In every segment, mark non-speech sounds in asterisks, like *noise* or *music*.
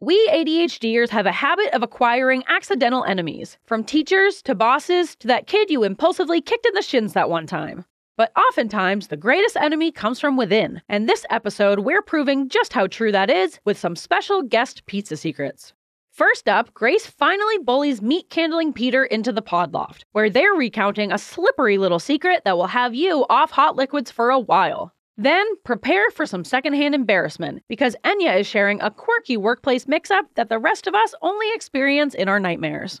We ADHDers have a habit of acquiring accidental enemies, from teachers to bosses to that kid you impulsively kicked in the shins that one time. But oftentimes, the greatest enemy comes from within, and this episode, we're proving just how true that is with some special guest pizza secrets. First up, Grace finally bullies meat candling Peter into the pod loft, where they're recounting a slippery little secret that will have you off hot liquids for a while. Then prepare for some secondhand embarrassment because Enya is sharing a quirky workplace mix up that the rest of us only experience in our nightmares.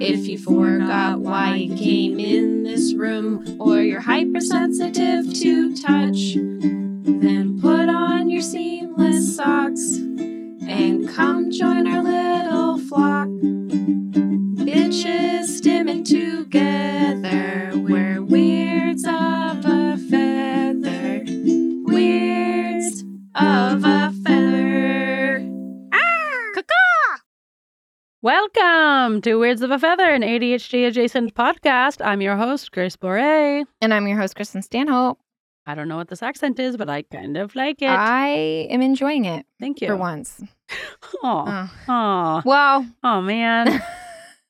if you forgot why you came in this room, or you're hypersensitive to touch, then put on your seamless socks and come join our little flock. Bitches stimming together, we're weirds of a feather. Weirds of a feather. Welcome to Weirds of a Feather, an ADHD adjacent podcast. I'm your host, Grace Boré. And I'm your host, Kristen Stanhope. I don't know what this accent is, but I kind of like it. I am enjoying it Thank for you. once. Oh, Oh. oh, Well, oh, *laughs* man. you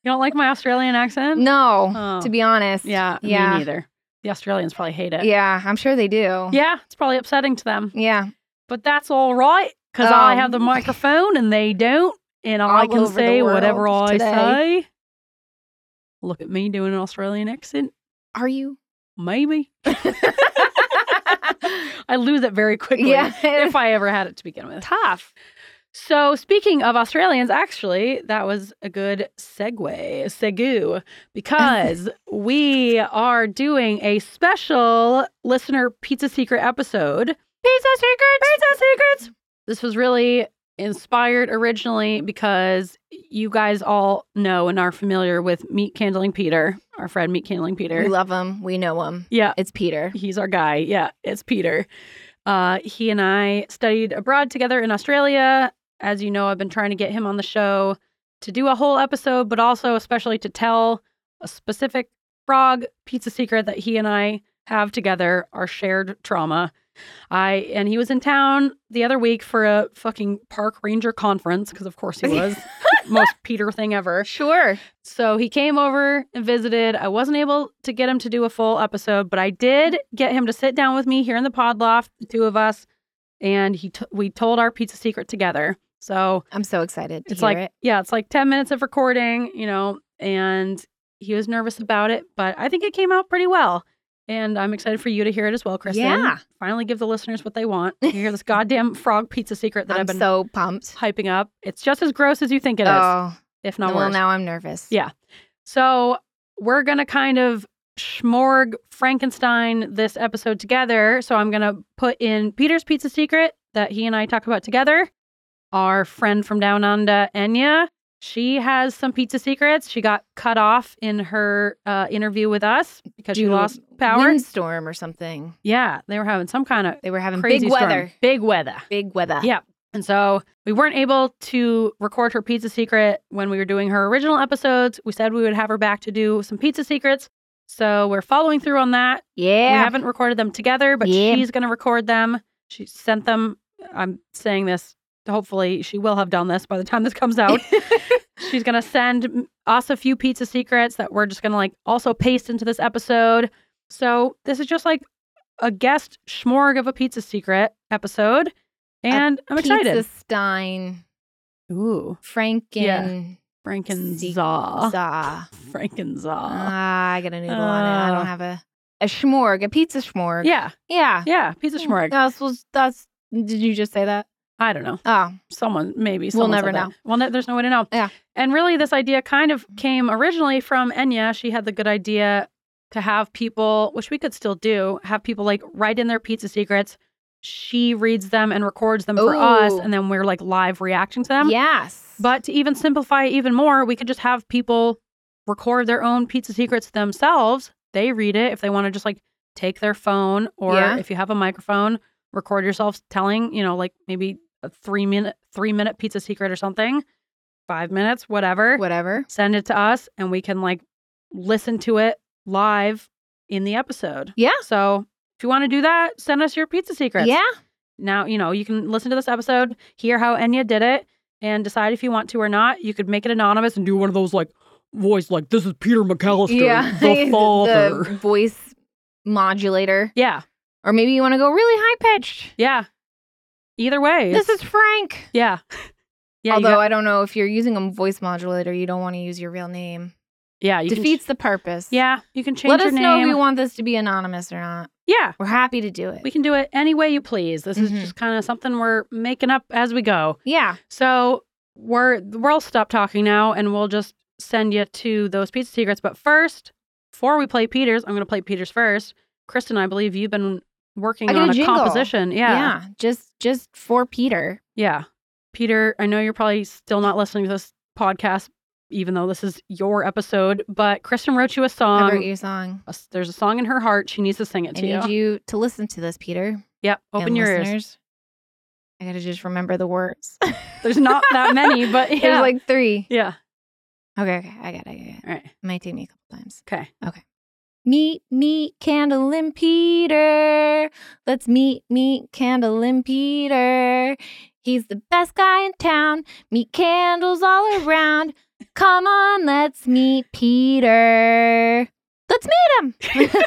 don't like my Australian accent? no, Oh. to be honest. Yeah, me Yeah. neither. The Australians probably hate it. Yeah, I'm sure they do. Yeah, it's probably upsetting to them. Yeah. But that's all right because I Um, *laughs* have the microphone and they don't, and I All can over the say whatever world I today. say. Look at me doing an Australian accent, *laughs* Are you? *laughs* maybe. I lose it very quickly yeah. *laughs* if I ever had it to begin with. tough. So, speaking of Australians, actually, that was a good segue, segu, *laughs* because we are doing a special listener pizza secret episode. Pizza secrets! Pizza secrets! This was really inspired originally because you guys all know and are familiar with Meat Candling Peter, our friend Meat Candling *laughs* We Peter. love him. We know him. Yeah, It's Peter. He's our guy. Yeah, it's Peter. Uh, he and I studied abroad together in Australia. As you know, I've been trying to get him on the show to do a whole episode, but also especially to tell a specific frog pizza secret that he and I have together, our shared trauma. I and he was in town the other week for a fucking park ranger conference because of course he was most Peter thing ever. Sure. So he came over and visited. I wasn't able to get him to do a full episode, but I did get him to sit down with me here in the pod loft, the two of us, and he t- we told our pizza secret together. So I'm so excited to it's hear like it. yeah, it's like 10 minutes of recording, you know, and he was nervous about it, but I think it came out pretty well. And I'm excited for you to hear it as well, Kristen. Yeah. Finally give the listeners what they *laughs* want. You hear this goddamn frog pizza secret that I'm have been so pumped. hyping up. It's just as gross as you think it is, oh, if not well, worse. now I'm nervous. Yeah. So we're going to kind of schmorg Frankenstein this episode together. So I'm going to put in Peter's pizza secret that he and I talk about together. Our friend from down under, Enya, she has some pizza secrets. She got cut off in her uh, interview with us because she Due to lost power. Windstorm or something. Yeah, they were having some kind of They were having crazy big storm. weather. Big weather. Big weather. Yeah. And so we weren't able to record her pizza secret when we were doing her original episodes. We said we would have her back to do some pizza secrets. So we're following through on that. We Yeah. haven't recorded them together, but Yeah. she's going to record them. She sent them. I'm saying this. Hopefully, she will have done this by the time this comes *laughs* out. she's going to send us a few pizza secrets that we're just going to like also paste into this episode. So this is just like a guest smorg of a pizza secret episode. And i I'm excited. Pizza Stein. Ooh, Franken. Frankenzaw. Za. Frankenzaw. Ah, I got a noodle on it. I Ah. don't have a a schmorg, a pizza schmorg. yeah, yeah. yeah, pizza schmorg. That's was that's. Did you just say that? I don't know. Oh, Someone, maybe. We'll someone said never that. know. Well, no, there's no way to know. Yeah. And really, this idea kind of came originally from Enya. She had the good idea to have people, which we could still do, have people like write in their pizza secrets, She reads them and records them for us, Ooh. and then we're like live reacting to them. yes. Um, But to even simplify it even more, we could just have people record their own pizza secrets themselves. They read it if they want to just like take their phone or Yeah. if you have a microphone, record yourself telling, you know, like maybe a 3 minute 3 minute pizza secret or something. 5 minutes, whatever. whatever. Send it to us and we can like listen to it live in the episode. Yeah. So, if you want to do that, send us your pizza secrets Yeah. now you know you can listen to this episode hear how enya did it and decide if you want to or not you could make it anonymous and do one of those like voice like this is peter mcallister yeah. *laughs* the father The voice modulator. yeah Or maybe you want to go really high pitched. yeah either way This it's- is Frank. *laughs* yeah yeah you Although got- I don't know if you're using a voice modulator, you don't want to use your real name. yeah you can ch- Defeats the purpose. yeah you can change Let your us name know if you want this to be anonymous or not. yeah We're happy to do it. we can do it any way you please this Mhm. is just kind of something we're making up as we go yeah. So we're we'll stop talking now, and we'll just send you to those pizza secrets. But first, before we play Peters, I'm going to play Peters first. Kristen, I believe you've been working I got on a a jingle. composition. Yeah, Just just for Peter. yeah, Peter, I know you're probably still not listening to this podcast, even though this is your episode. But Kristen wrote you a I song. wrote you a song. A s- There's a song in her heart. She needs to sing it I Um, to you. need you to listen to this, Peter. Yep. Open and your ears. listeners. I gotta just remember *laughs* the words. *laughs* There's not that many, but yeah. There's like three. yeah. Okay, okay. I got it. I got it. All right. Might take me a couple times. Okay. Meet, meet, Candle and Peter. Let's meet, meet, Candle and Peter. He's the best guy in town. Meet candles all around. Come on, let's meet Peter. Let's meet him. *laughs*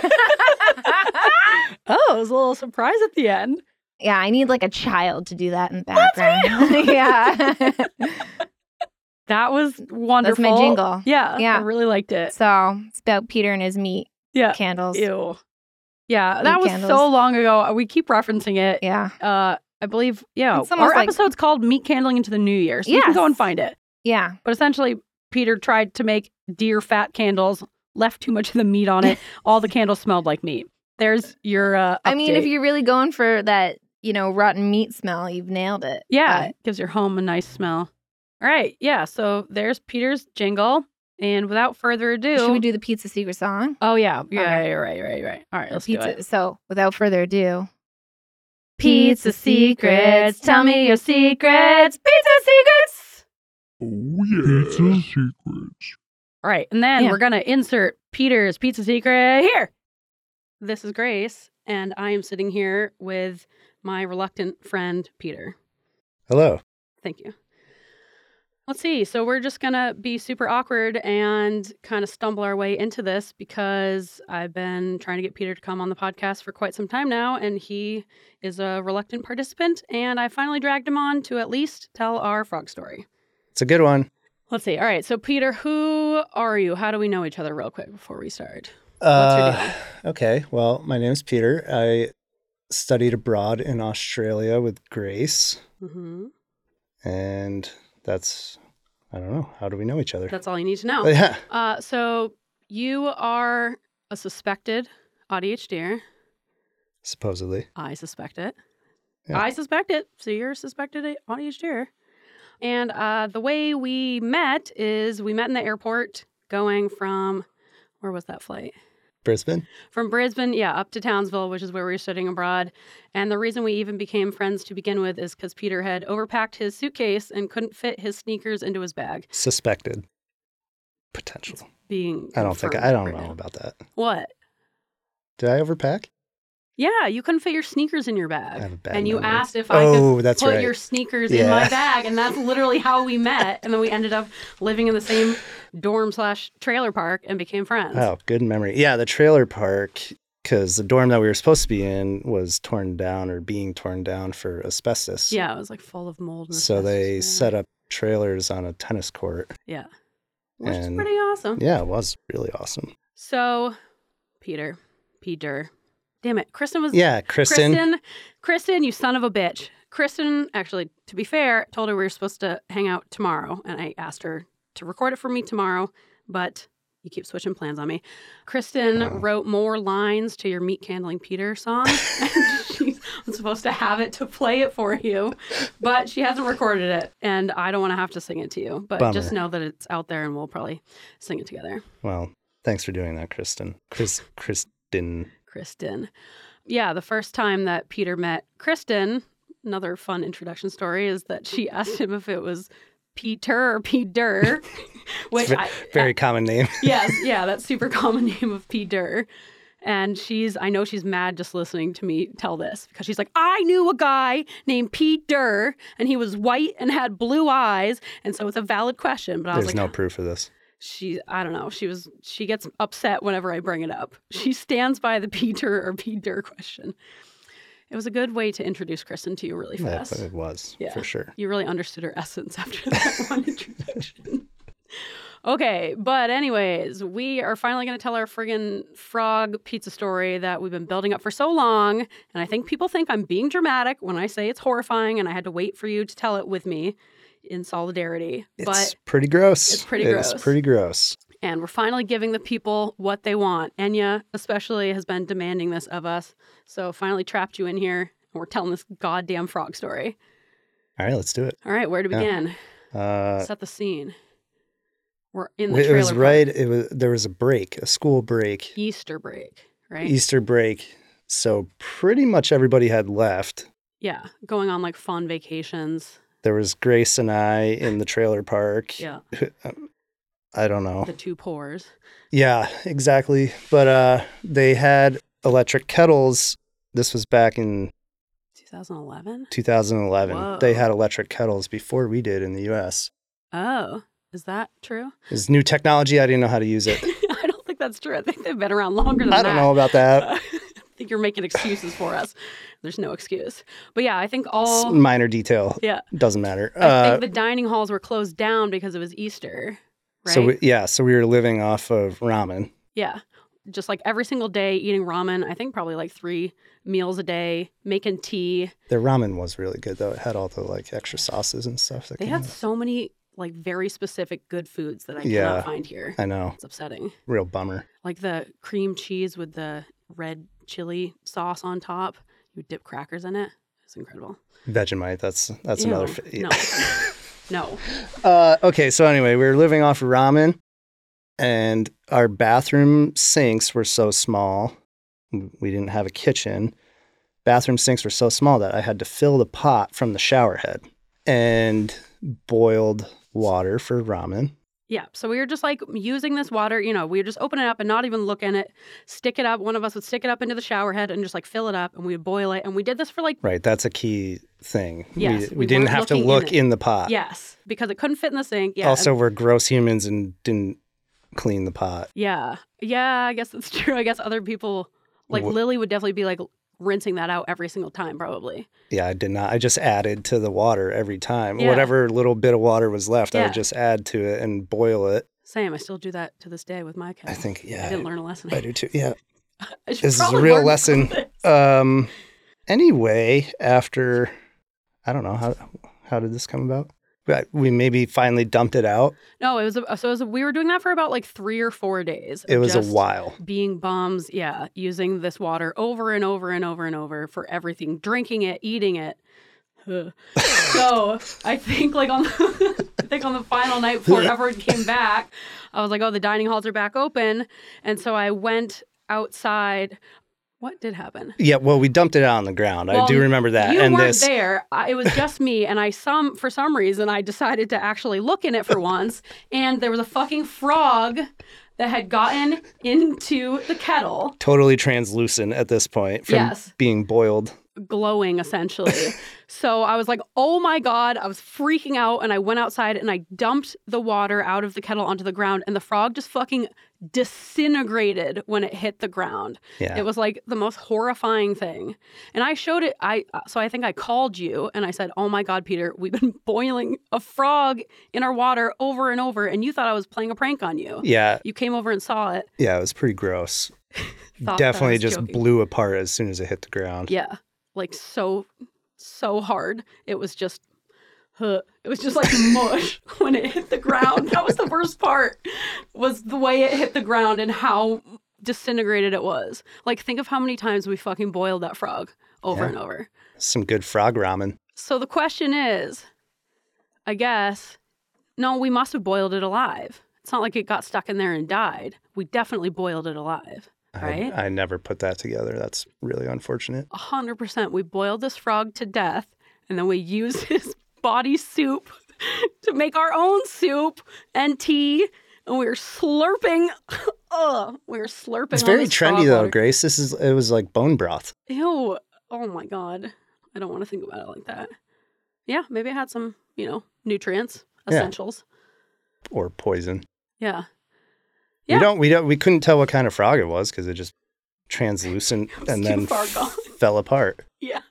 oh, it was a little surprise at the end. yeah, I need like a child to do that in the *laughs* background. *laughs* yeah. That was That's wonderful. my jingle. Yeah, Yeah. I really liked it. So it's about Peter and his meat Yeah. candles. Uh, Ew. Yeah, that was so candles. long ago. We keep referencing it. Yeah. Uh, I believe, yeah, It's almost our like- episode's called "Meat Candling into the New Year," so you can go Yes. and find it. Yeah. But essentially, Peter tried to make deer fat candles, left too much of the meat on *laughs* it. All the candles smelled like meat. There's your. Uh, I mean, if update. you're really going for that, you know, rotten meat smell, you've nailed it. Yeah, But- it gives your home a nice smell. All right, yeah. So there's Peter's jingle, and without further ado, Should we do the pizza secret song? Oh yeah, yeah, Okay. you're right, you're right, you're right. All right, let's pizza. do it. So, without further ado, Pizza secrets. Tell me your secrets. Pizza secrets. *laughs* Oh yeah. Pizza secrets. All right, and then Yeah. we're gonna insert Peter's pizza secret here. This is Grace, and I am sitting here with my reluctant friend Peter. Hello. Thank you. Let's see. So we're just gonna be super awkward and kind of stumble our way into this because I've been trying to get Peter to come on the podcast for quite some time now, and he is a reluctant participant. And I finally dragged him on to at least tell our frog story. It's a good one. Let's see. All right. So Peter, who are you? How do we know each other, real quick, before we start? What's your Uh, okay. Well, my name's Peter. I studied abroad in Australia with Grace, Mm-hmm. and that's I don't know. How do we know each other? Oh, That's all you need to know. yeah. Uh, so you are a suspected ADHDer. Supposedly. I suspect it. Yeah. I suspect it. So you're a suspected a- audience chair. And uh, the way we met is we met in the airport going from, where was that flight? Brisbane. From Brisbane, yeah, up to Townsville, which is where we were studying abroad. And the reason we even became friends to begin with is because Peter had overpacked his suitcase and couldn't fit his sneakers into his bag. Suspected. Potential. Being I don't think confirmed I don't right know now. about that. What? Did I overpack? Yeah, you couldn't fit your sneakers in your bag. I have a bad and you memory. asked if I could Oh, that's put right. your sneakers in Yeah. my bag, and that's literally how we met. And then we ended up living in the same dorm slash trailer park and became friends. Oh, good memory. Yeah, the trailer park, because the dorm that we were supposed to be in was torn down or being torn down for asbestos. Yeah, it was like full of mold. And So they set up. up trailers on a tennis court. Yeah, which is and- pretty awesome. Yeah, it was really awesome. So, Peter, Peter, damn it, Kristen was Yeah, Kristen. Kristen, Kristen, you son of a bitch. Kristen, actually, to be fair, told her we were supposed to hang out tomorrow, and I asked her to record it for me tomorrow, but you keep switching plans on me. Kristen Oh. wrote more lines to your meat candling Peter song. *laughs* she She was supposed to have it to play it for you, but she hasn't recorded it. And I don't want to have to sing it to you, but Bummer. just know that it's out there and we'll probably sing it together. Well, thanks for doing that, Kristen. Chris, Kristen. Kristen. Yeah, the first time that Peter met Kristen, another fun introduction story is that she asked him if it was Peter or *laughs* Peter, which It's ve- I, very *laughs* common name. yes, yeah, that's super common *laughs* name of P. Durr. And she's, I know she's mad just listening to me tell this because she's like, I knew a guy named P. Durr and he was white and had blue eyes. And so it's a valid question. But I was There's like, no proof of this. she, I don't know. She was, she gets upset whenever I bring it up. She stands by the *laughs* P. Durr or P. Durr question. It was a good way to introduce Kristen to you really Yeah, fast. but it was Yeah. for sure. You really understood her essence after that *laughs* one introduction. Okay, but anyways, we are finally going to tell our friggin' frog pizza story that we've been building up for so long, and I think people think I'm being dramatic when I say it's horrifying, and I had to wait for you to tell it with me in solidarity. It's But pretty gross. it's pretty It's gross. pretty gross. and we're finally giving the people what they want. Enya especially has been demanding this of us, so finally trapped you in here, and we're telling this goddamn frog story. All right, let's do it. All right, where to Yeah. begin? Uh, set the scene. We're in the it trailer was park. right. It was there was a break, a school break, Easter break, right? Easter break. So pretty much everybody had left. yeah, going on like fun vacations. There was Grace and I in the trailer park. Yeah, I don't know. the two pours. Yeah, exactly. But uh, they had electric kettles. This was back in 2011. 2011. They Whoa. had electric kettles before we did in the U.S. Oh, is that true? *laughs* It's new technology. I didn't know how to use it. I don't think that's true. I think they've been around longer than I that. don't know about that. *laughs* I think you're making excuses for us. There's no excuse. But yeah, I think It's all. minor detail. Oh. Yeah, Doesn't matter. I Uh, think the dining halls were closed down because it was Easter. Right? So we, yeah, so we were living off of ramen. Yeah. Just like every single day eating ramen, I think probably like three meals a day, making tea. Their ramen was really good though. It had all the like extra sauces and stuff. That They came had out. so many like very specific good foods that I Yeah. cannot find here. I know, It's upsetting. real bummer. Like the cream cheese with the red chili sauce on top. You dip crackers in it. It's incredible. Vegemite. That's that's Ew, another. Fa- No. *laughs* no. uh, okay, so anyway, we were living off ramen, and our bathroom sinks were so small. We didn't have a kitchen. Bathroom sinks were so small that I had to fill the pot from the shower head and boiled water for ramen. Yeah. So we were just like using this water, you know, we would just open it up and not even look in it, stick it up. One of us would stick it up into the shower head and just like fill it up and we would boil it. And we did this for like Right, that's a key thing. Yes, we, we we didn't weren't have to looking in look it. in, the pot. Yes, because it couldn't fit in the sink. Yeah. Uh, also, we're gross humans and didn't clean the pot. yeah. Yeah, I guess that's *laughs* true. I guess other people like Wh- Lily would definitely be like rinsing that out every single time probably. Yeah, I did not. I just added to the water every time. Yeah. Whatever little bit of water was left, I Yeah. would just add to it and boil it. Same, I still do that to this day with my cat. I think, Oh, I yeah, didn't learn a lesson. I do too. Yeah. *laughs* I should This is a probably real learn lesson. from this. Um. Anyway, after I don't know how how did this come about. But We maybe finally dumped it out. *laughs* No, it was a, so it was a, we were doing that for about like 3 or 4 days. It of was a Oh, just while. being bums, yeah, using this water over and over and over and over for everything, drinking it, eating it. Ugh. so I think like on the, *laughs* I think on the final night before everyone came back, I was like, oh, the dining halls are back open, and so I went outside. What did happen? Yeah. Well, we dumped it out on the ground. I Well, do remember that. you and weren't this. there. I, it was just me, and I some for some reason I decided to actually look in it for once, and there was a fucking frog that had gotten into the kettle. Totally translucent at this point from Yes. being boiled. glowing *laughs* essentially. so I was like, oh my God, I was freaking out. And I went outside and I dumped the water out of the kettle onto the ground. And the frog just fucking disintegrated when it hit the ground. Yeah. It was like the most horrifying thing. And I showed it. I uh, so I think I called you and I said, "Oh my God, Peter, we've been *laughs* boiling a frog in our water over and over, and you thought I was playing a prank on you. yeah. You came over and saw it. Yeah. It was pretty gross. thought Oh, that I Definitely was just joking. blew apart as soon as it hit the ground. Yeah. Like so so hard. It was just huh. it was just *laughs* like mush when it hit the ground. That was the worst part. Was the way it hit the ground and how disintegrated it was. Like think of how many times we fucking boiled that frog over Yeah. and over. Some good frog ramen. So the question is, I guess, no, we must have boiled it alive. It's not like it got stuck in there and died. We definitely boiled it alive. I- Right? I, never put that together. That's really unfortunate. A 100%. We boiled this frog to death and then we used *laughs* his body soup to make our own soup and tea. And we were slurping. *laughs* Ugh, we were slurping. It's all very this frog trendy though, water. Grace. This is it was like bone broth. Ew. Oh my God. I don't want to think about it like that. Yeah, maybe I had some, you know, nutrients, Yeah. essentials. or poison. Yeah. Yeah. We don't we don't we couldn't tell what kind of frog it was because it just *laughs* translucent was and too then far f- *laughs* gone. *laughs* fell apart. Yeah.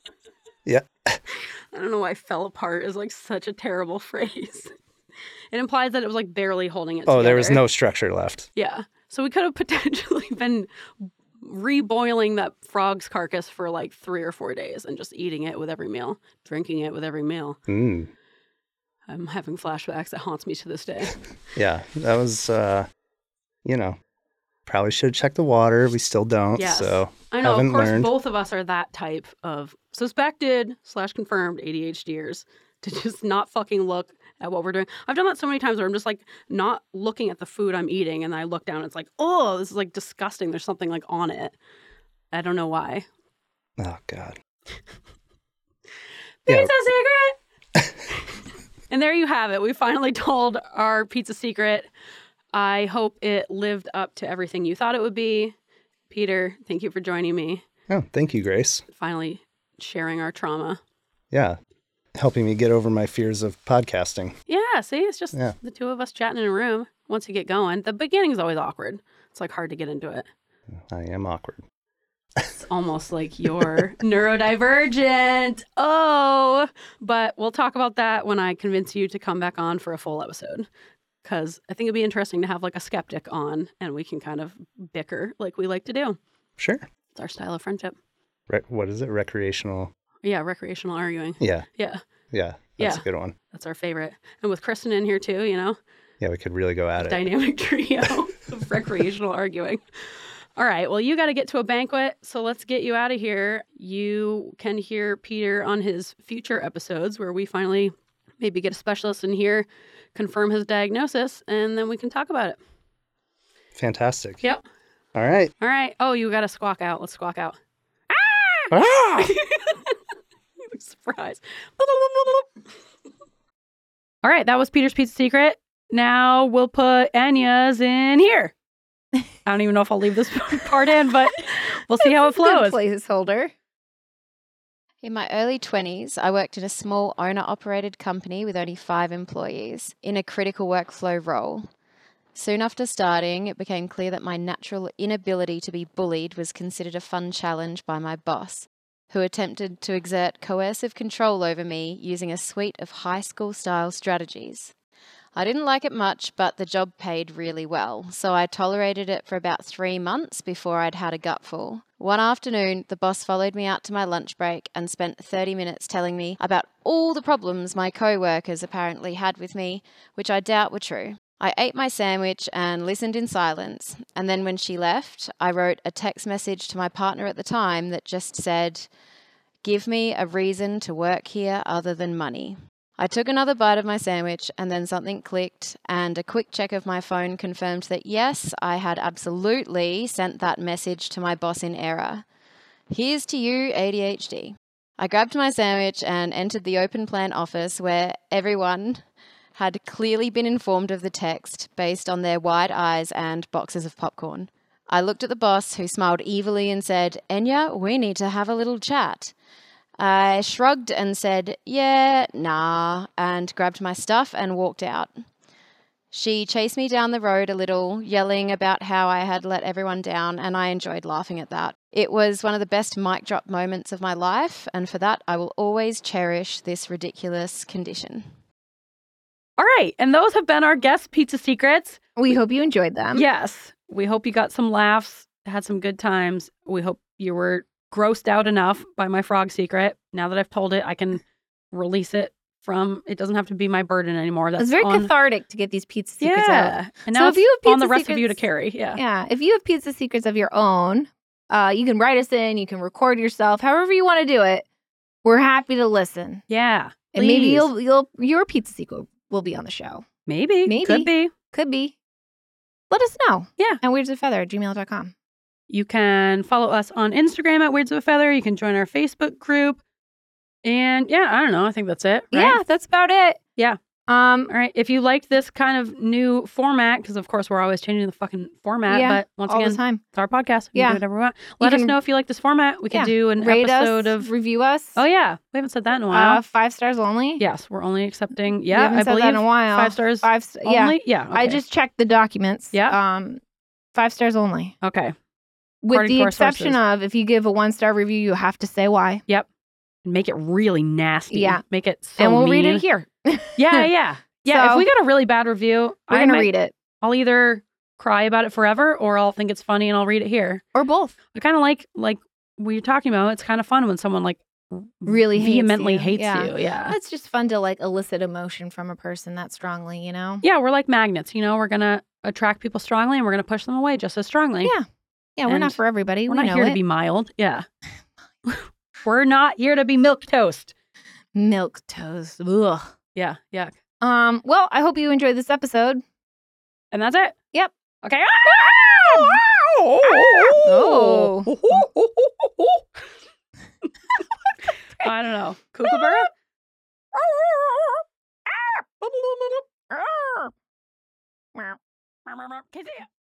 Yeah. *laughs* I don't know why fell apart is like such a terrible *laughs* phrase. It implies that it was like barely holding it Oh, there was together. no structure left. Yeah. So we could have *laughs* potentially been reboiling that frog's carcass for like three or four days and just eating it with every meal, drinking it with every meal. Mm. I'm having flashbacks that haunts me to this *laughs* day. Yeah, that was uh you know, probably should have checked the water. We still don't. Yes. So, I know, Haven't of course, learned. both of us are that type of suspected slash confirmed ADHDers to *laughs* just not fucking look at what we're doing. I've done that so many times where I'm just like not looking at the food I'm eating, and I look down, and it's like, oh, this is like disgusting. There's something like on it. I don't know why. oh god. Yeah. Pizza secret. *laughs* and there you have it. We finally told our pizza secret. I hope it lived up to everything you thought it would be. Peter, thank you for joining me. Oh, thank you, Grace. Finally sharing our trauma. Yeah. Helping me get over my fears of podcasting. Yeah, see, it's just Yeah. the two of us chatting in a room. Once you get going, the beginning's always awkward. It's like hard to get into it. I am awkward. It's almost like you're *laughs* neurodivergent. Oh, but we'll talk about that when I convince you to come back on for a full episode. Because I think it'd be interesting to have like a skeptic on and we can kind of bicker like we like to do. Sure. It's our style of friendship. Re- what is it? Recreational. Yeah, recreational arguing. Yeah. Yeah, Yeah. That's Yeah. a good one. that's our favorite. And with Kristen in here too, you know, Yeah, we could really go at it. dynamic *laughs* trio of recreational arguing. All right, well, you got to get to a banquet, so let's get you out of here. You can hear Peter on his future episodes where we finally maybe get a specialist in here, confirm his diagnosis, and then we can talk about it. Fantastic. Yep. All right. All right. Oh, you got to squawk out. Let's squawk out. *laughs* Ah! Surprise. *laughs* All right, that was Peter's Pizza Secret. Now we'll put Anya's in here. I don't even know if I'll leave this *laughs* part in, but we'll see how it This is flows. a good placeholder. In my early 20s, I worked at a small owner operated company with only five employees in a critical workflow role. Soon after starting, it became clear that my natural inability to be bullied was considered a fun challenge by my boss, who attempted to exert coercive control over me using a suite of high school style strategies. I didn't like it much, but the job paid really well, so I tolerated it for about three months before I'd had a gutful. One afternoon, the boss followed me out to my lunch break and spent 30 minutes telling me about all the problems my co workers apparently had with me, which I doubt were true. I ate my sandwich and listened in silence, and then when she left, I wrote a text message to my partner at the time that just said, Give me a reason to work here other than money. I took another bite of my sandwich and then something clicked, and a quick check of my phone confirmed that yes, I had absolutely sent that message to my boss in error. Here's to you, ADHD. I grabbed my sandwich and entered the open plan office where everyone had clearly been informed of the text based on their wide eyes and boxes of popcorn. I looked at the boss, who smiled evilly and said, Enya, we need to have a little chat. I shrugged and said, Yeah, nah, and grabbed my stuff and walked out. She chased me down the road a little, yelling about how I had let everyone down, and I enjoyed laughing at that. It was one of the best mic drop moments of my life, and for that, I will always cherish this ridiculous condition. All right. And those have been our guest pizza secrets. We hope you enjoyed them. yes. We hope you got some laughs, had some good times. We hope you were grossed out enough by my frog secret. Now that I've told it, I can release it from it doesn't have to be my burden anymore. That's It's very on, cathartic to get these pizza secrets out. Yeah. And So now if it's you have on the pizza rest of you to secrets- carry. Yeah. Yeah. If you have pizza secrets of your own, Uh, you can write us in, you can record yourself, however you want to do it. We're happy to listen. Yeah. And maybe please. you'll you'll your pizza sequel will be on the show. Maybe. Maybe. Could be. Could be. Let us know. Yeah. And weirds of feather at gmail.com. You can follow us on Instagram at Weirds of a Feather. You can join our Facebook group. And yeah, I don't know. I think that's it. Right? Yeah, that's about it. Yeah. Um All right. If you liked this kind of new format, because of course we're always changing the fucking format, Yeah, but once all again, the time. it's our podcast. We Yeah. can do whatever we want. Let us can- know if you like this format. We can Yeah. do an Rate episode us, of. review us. Oh, yeah. We haven't said that in a while. Uh, five stars only. yes. We're only accepting. we Yeah. haven't I said believe that in a while. five stars Five. st- only. Yeah, Yeah. I okay. just checked the documents. Yeah. Um, five stars only. Okay. With According the to our exception of if you give a one star review, you have to say why, Make it really nasty. Yeah. Make it so and we'll read mean. it here. Yeah, *laughs* yeah. Yeah, So- if we got a really bad review, We're I gonna might- read it I'll either cry about it forever or I'll think it's funny and I'll read it here. or both. I kind of like like we are talking about. It's kind of fun when someone like Really hates vehemently you. hates Yeah. you. Yeah. It's just fun to like elicit emotion from a person that strongly, you know. Yeah, we're like magnets, you know, we're going to attract people strongly and we're going to push them away just as strongly. Yeah, Yeah, we're not And for everybody. We're we not know here it. to be mild. *laughs* Yeah. *laughs* we're not here to be milk toast. milk toast. Ugh. Yeah, yeah. Um. Well, I hope you enjoyed this episode. And that's it. Yep. Okay. Ah! Oh. I don't know. Kookaburra? Can you see it?